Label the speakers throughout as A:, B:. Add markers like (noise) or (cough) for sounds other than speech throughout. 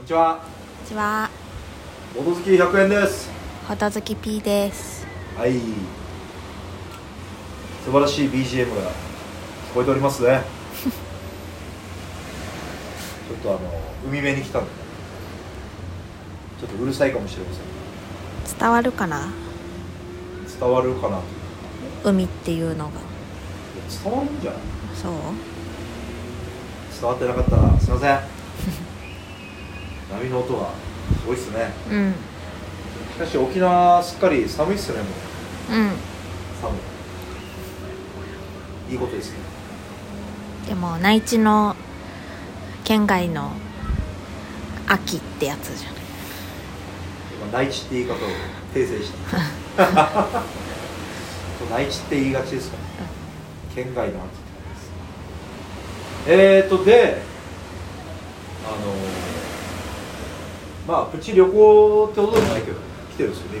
A: にちは。
B: こんにちは、
A: ボト好き100円です。
B: ほとずき P です。
A: はい。素晴らしい BGM が聞こえておりますね。 (laughs) ちょっとあの海辺に来たんで、ちょっとうるさいかもしれません
B: 伝わるかな
A: が。伝わるかなという。
B: 海っていうのが。
A: 伝わるんじゃない？
B: そう
A: 伝わってなかったらすいません。 (laughs) 波の音がすごいっすね。
B: うん。うん。
A: しかし沖縄すっかり寒いっすねもう。寒い。いいことですね。
B: でも、内地の県外の秋ってやつじゃない
A: まあ内地って言い方を訂正した (laughs) 内地って言いがちですから、ね県外の秋って感じですえーとであのーまあプチ旅行ってことじゃないけど来てるんですよね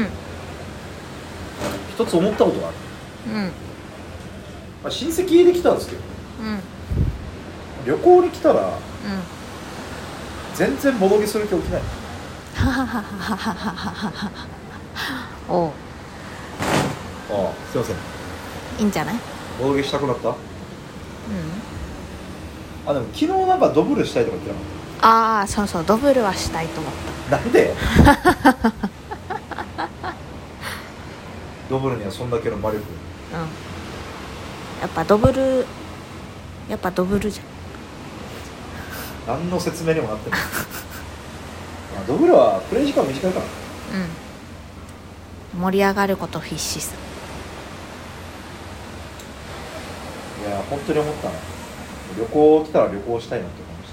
A: 今一つ思ったことがある、
B: うん。うん。
A: まあ、親戚で来たんですけど
B: うん。
A: 旅行に来たら
B: うん。
A: 全然ボドゲする気起きない
B: はははははははおう
A: ああすいません
B: いいんじゃない
A: ボドゲしたくなった
B: うん。
A: あでも昨日なんかドブルしたいとか言ってなかった
B: ああ、そうそう、ドブルはしたいと思っ
A: なんで (laughs) ドブルにはそんだけの魔力
B: た。うん。やっぱドブル、やっぱドブルじゃん。
A: 何の説明にもなってない (laughs) まあドブルはプレイ時間短いから
B: うん盛り上がること必死さ
A: いや本当に思ったな旅行来たら旅行したいなって思いまし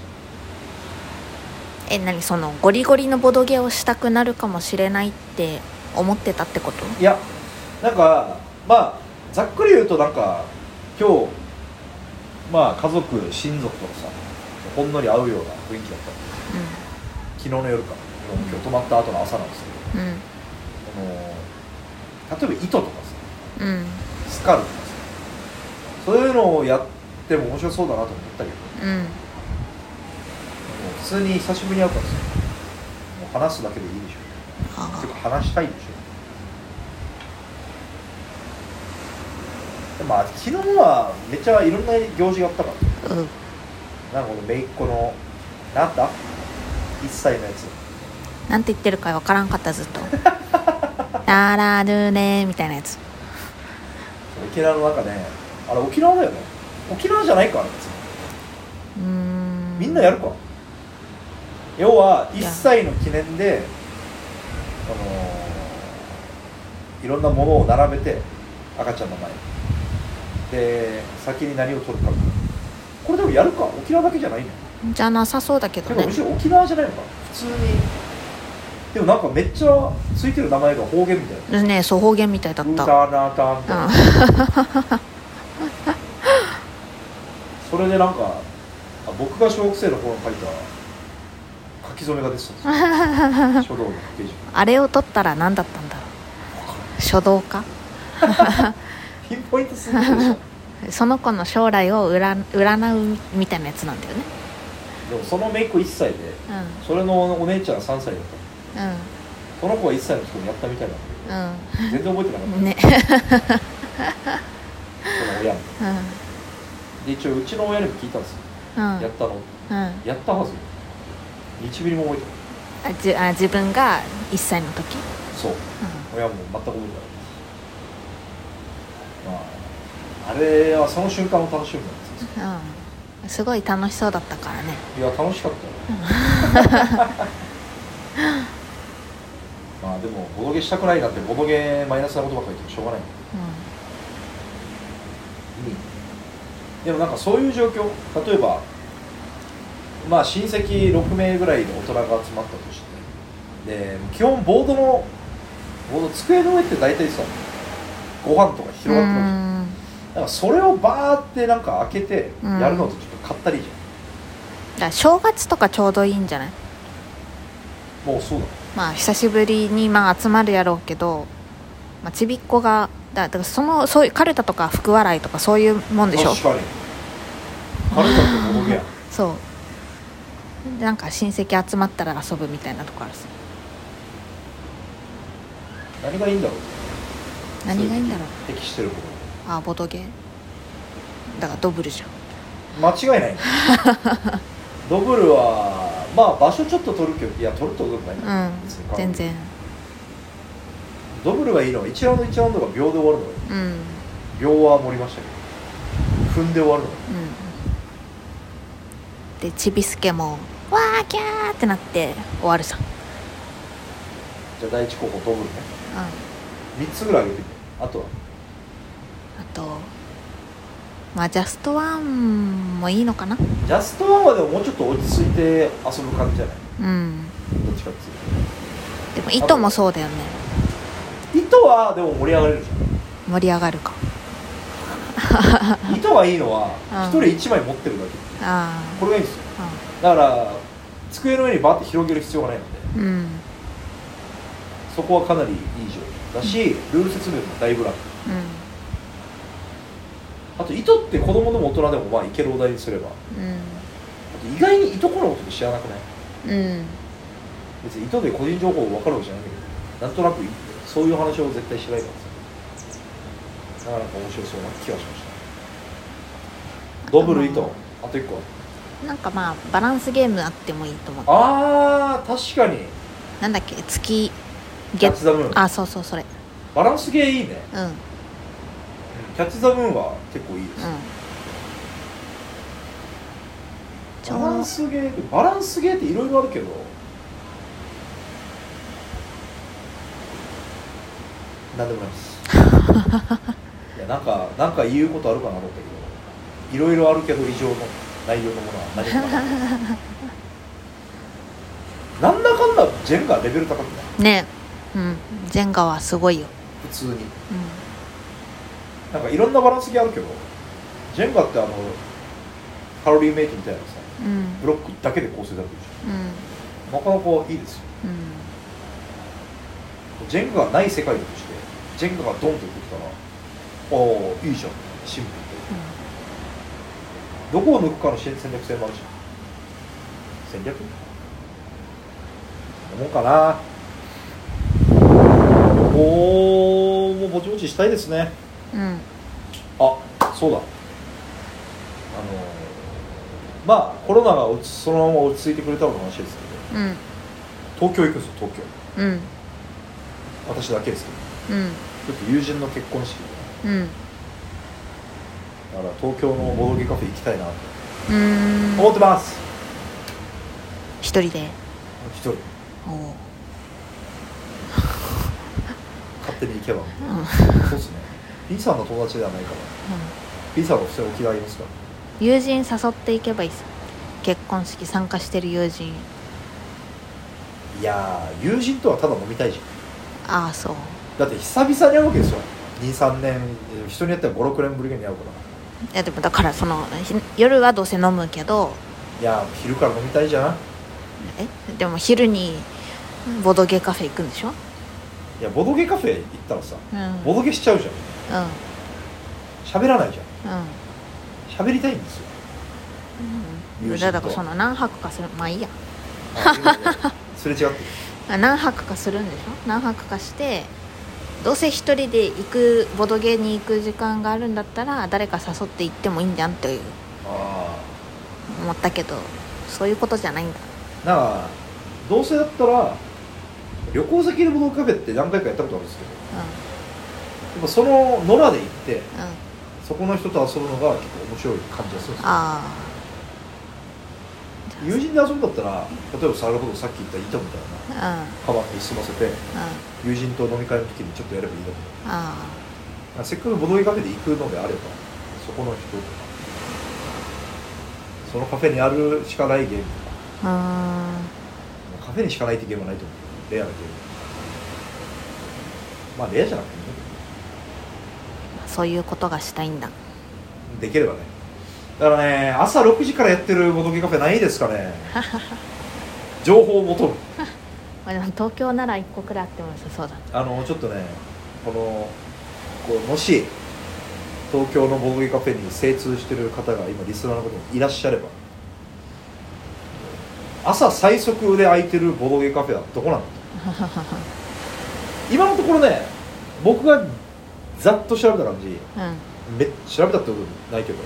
B: え何そのゴリゴリのボドゲをしたくなるかもしれないって思ってたってこと
A: たいやなんかまあざっくり言うとなんか今日まあ家族親族とかさほんのり会うような雰囲気だった昨日の夜か今日泊まった後の朝なんですけど、
B: うん
A: あの例えば糸とかさ
B: うんうん
A: スカルとかさそういうのをやっても面白そうだなと思ったけども
B: うん
A: う普通に久しぶりに会うからさもう話すだけでいいでしょ
B: あ
A: てか話したいでしょでまあ昨日はめっちゃいろんな行事があったか
B: あうん
A: らなんかこの姪っ子のなんだ1歳のやつ
B: なんて言ってるかわからんかったず
A: (laughs)
B: っと「ならるね」みたいなやつ
A: 沖縄の中ねあれ沖縄だよね沖縄じゃないかあれ別に
B: うーん
A: みんなやるか要は1歳の記念で、あのーいろんなものを並べて赤ちゃんの前にで先に何を取るかこれでもやるか沖縄だけじゃないの
B: じゃなさそうだけ
A: て
B: ど
A: か
B: ね
A: むしろ沖縄じゃないのか普通にでもなんかめっちゃついてる名前が方言みたいな
B: ねそう方言みたいだっ
A: ウータ
B: た
A: ーナーターみたいな、
B: うん
A: それでなんかあ僕が小学生の頃に書いた書き初めが出てたん
B: (laughs)
A: ですよ書道のページ
B: あれを取ったら何だったんだろう書道家
A: ピンポイントすぎるで
B: (laughs)
A: しょ
B: その子の将来を占占うみたいなやつなんだよね
A: でもその姪っ子1歳でそれのお姉ちゃん3歳だった
B: うんうん
A: その子が1歳の時にやったみたいなんだ
B: う
A: けど全然覚えてなかっ
B: んね
A: たその親に
B: う
A: で一応うちの親にも聞いたんですよ、
B: んうん
A: やったの
B: うんあ
A: やったはず1ミリも覚えてな
B: じあ自分が1歳の時
A: いそう親も全く覚えてなかったですまああれはその瞬間を楽しむんですよ
B: うん、うん、すごい楽しそうだったからね
A: いや楽しかったよ
B: (laughs)
A: まあでもボドゲしたくないなってボドゲマイナスなことばっかり言ってもしょうがないでもなんかそういう状況例えばまあ親戚6名ぐらいの大人が集まったとしてで基本ボードのボード机の上って大体さご飯とか広が
B: うん
A: ってるわけなんかそれをバーってなんか開けて
B: うん
A: やるのとちょっと買ったりじゃ
B: だから正月とかちょうどいいんじゃない
A: んもうそうだ
B: まあ久しぶりにまあ集まるやろうけど、まあ、ちびっこがだだからそのそういうカルタとか福笑いとかそういうもんでしょ
A: 確かにカルタってボドゲやん
B: そうなんか親戚集まったら遊ぶみたいなとこあるっすね
A: 何がいいんだろう
B: 何がいいんだろう
A: 適してるこ
B: あボトゲだからドブルじゃん
A: と間違いない (laughs) ドブルはまあ場所ちょっと取るけどいや取るとことないな、別に
B: うん
A: 関係な
B: 全
A: い
B: 然
A: ドブルがいいのは1ラウンド1ラウンドが秒で終わるのがいい
B: うんうん
A: 秒は盛りましたけど踏んで終わるのがいい
B: でちびすけも「わーキャー!」ってなって終わるさ、
A: じゃあ第一候補ドブルね
B: うん、あ
A: 3つぐらいあげてみようあとは
B: とまあジャストワンもいいのかな
A: ジャストワンはでももうちょっと落ち着いて遊ぶ感じじゃない
B: うん
A: どっちかっていう
B: でも糸もそうだよね
A: と糸はでも盛り上がれるじ
B: 盛り上がるか
A: ゃん糸がいいのは
B: うん
A: 1人1枚持ってるだけ
B: あ
A: これがいいんですよ
B: あ
A: だから机の上にバーって広げる必要がないので
B: うんうん
A: そこはかなりいい状況だしルール説明もだいぶ楽あと糸って子供でも大人でもまあいけるお題にすればあと意外に糸このこと知らなくない
B: うんうん
A: 別に糸で個人情報分かるわけじゃないんだけどなんとなくそういう話を絶対しないからさなかなか面白そうな気がしましたドブル糸あと1個
B: なんかまあバランスゲームあってもいいと思う
A: ああー確かに
B: なんだっけ月
A: キ
B: ゲ
A: ャッチ・ザ・ムーン
B: あそうそうそれ
A: バランスゲーいいね
B: うんうん
A: キャッチ・ザ・ムーンは結構いいです、
B: ちょ
A: バランスゲーってバランスゲーっていろいろあるけどなんでもないですいやなんかなんか言うことあるかなと思ったけどいろいろあるけど以上の内容のものは何もないなんだかんだジェンガレベル高くない
B: ねえうんジェンガはすごいよ、
A: 普通に
B: う
A: なんかいろんなバランスゲーあるけどジェンガってあのカロリーメイトみたいなさ
B: ん、うん
A: ブロックだけで構成されてるじ
B: うん
A: ゃんなかなかいいですよ
B: うん
A: ジェンガがない世界だとしてジェンガがドンと出てきたらああいいじゃんシンプルでどこを抜くかの戦戦略性もあるじゃん戦略なもんかなおおもうぼちぼちしたいですね
B: うんうん
A: あそうだあのーまあコロナが落ちそのまま落ち着いてくれたのの話ですけ
B: うん
A: ど東京行くんですよ東京
B: うん
A: 私だけですけ
B: うん
A: どちょっと友人の結婚式で
B: うん
A: だから東京のボドゲカフェ行きたいなと
B: うん
A: 思ってます
B: 一人で
A: 一人
B: おう
A: 勝手に行けば
B: うんうん
A: そうっすね B さんの友達ではないから B さんの普通に沖縄いますから
B: 友人誘っていけばいいさ結婚式参加してる友人
A: いやー友人とはただ飲みたいじゃん
B: ああそう
A: だって久々に会うわけですよ23年人によっては56年ぶりに会うから
B: いやでもだからそのひ夜はどうせ飲むけど
A: いやー昼から飲みたいじゃん
B: えでも昼にボドゲカフェ行くんでしょ
A: いやボドゲカフェ行ったらさ
B: うんうん
A: ボドゲしちゃうじゃん喋らないじゃん
B: うん
A: 喋りたいん (laughs) ですよ
B: うん
A: 友人と
B: だからその何泊かするまあいいや
A: あ今ねすれ違ってる
B: あ何泊かするんでしょ何泊かしてどうせ一人で行くボドゲに行く時間があるんだったら誰か誘って行ってもいいんじゃんって
A: あ
B: 思ったけどそういうことじゃないんだ
A: あなんかどうせだったら旅行先でボドゲカフェって何回かやったことあるんですけどやっぱその野良で行って
B: うんうん
A: そこの人と遊ぶのが結構面白い感じがするんですよ
B: あ
A: 友人で遊ぶんだったら例えばそれほどさっき言った糸みたいな
B: あうんう
A: カバ
B: ん
A: ンに済ませて
B: あ
A: 友人と飲み会の時にちょっとやればいいだと思う
B: あ
A: まあせっかくボドゲカフェで行くのであればそこの人とかそのカフェにあるしかないゲームとか
B: うーん
A: まあカフェにしかないってゲームはないと思うけどレアなゲームまあレアじゃなくてもいいんだけど
B: そういうことがしたいんだ
A: できればねだからね朝6時からやってるボドゲカフェないですかね情報を求む
B: まあでも東京なら1個くらいあっても良さそうだ
A: あのちょっとねこのこうもし東京のボドゲカフェに精通してる方が今リスナーの方にいらっしゃれば朝最速で空いてるボドゲカフェはどこなんだ今のところね僕がざっと調べた感じ
B: うんうん
A: め調べたってことないけど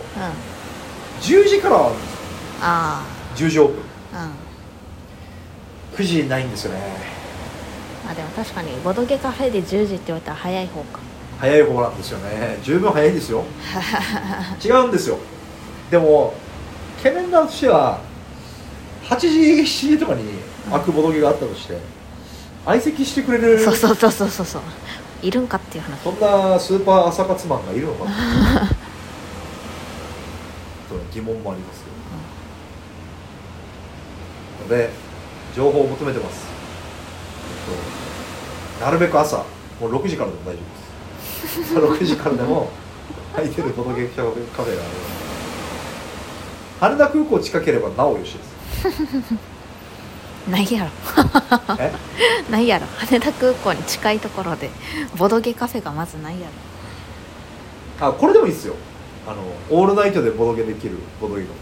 A: 10時からは
B: あ
A: 10時オープン
B: あうん
A: 9時ないんですよね
B: あでも確かにボドゲカフェで10時って言われたら早い方 (laughs) か
A: 早い方なんですよね十分早いん
B: (laughs)
A: ですよ違うんですよでも懸念なしては8時7時とかに開くボドゲがあったとして相席してくれる
B: そうそうそうそうそうそういるんかっていう話
A: そんなスーパー朝活マンがいるのかなとの疑問もありますけど、ので情報を求めてます、えっとなるべく朝もう6時からでも大丈夫です6時からでも空いてる届けカフェがあるので羽田空港近ければなおよしです
B: ないやろ
A: え
B: ないやろ羽田空港に近いところでボドゲカフェがまずないやろ
A: あこれでもいいですよあのオールナイトでボドゲできるボドゲカフェ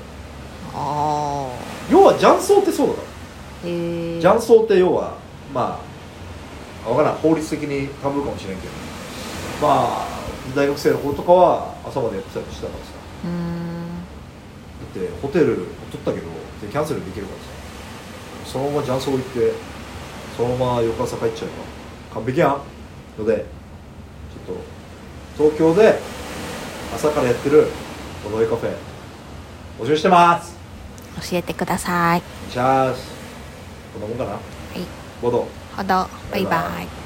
B: ああ
A: 要は雀荘ってそうだから
B: へえ
A: 雀荘って要はまあ分からん法律的にタブーかもしれんけどまあ大学生の子とかは朝までやってたりしてたからさ
B: うーん
A: だってホテル取ったけどでキャンセルできるからさそのまま雀荘行ってそのまま翌朝帰っちゃえば完璧やんのでちょっと東京で朝からやってるこの絵カフェ募集してます
B: 教えてください
A: チャースこんなもんかなはいボド
B: ほどバ
A: バ
B: イバイ
A: イバイ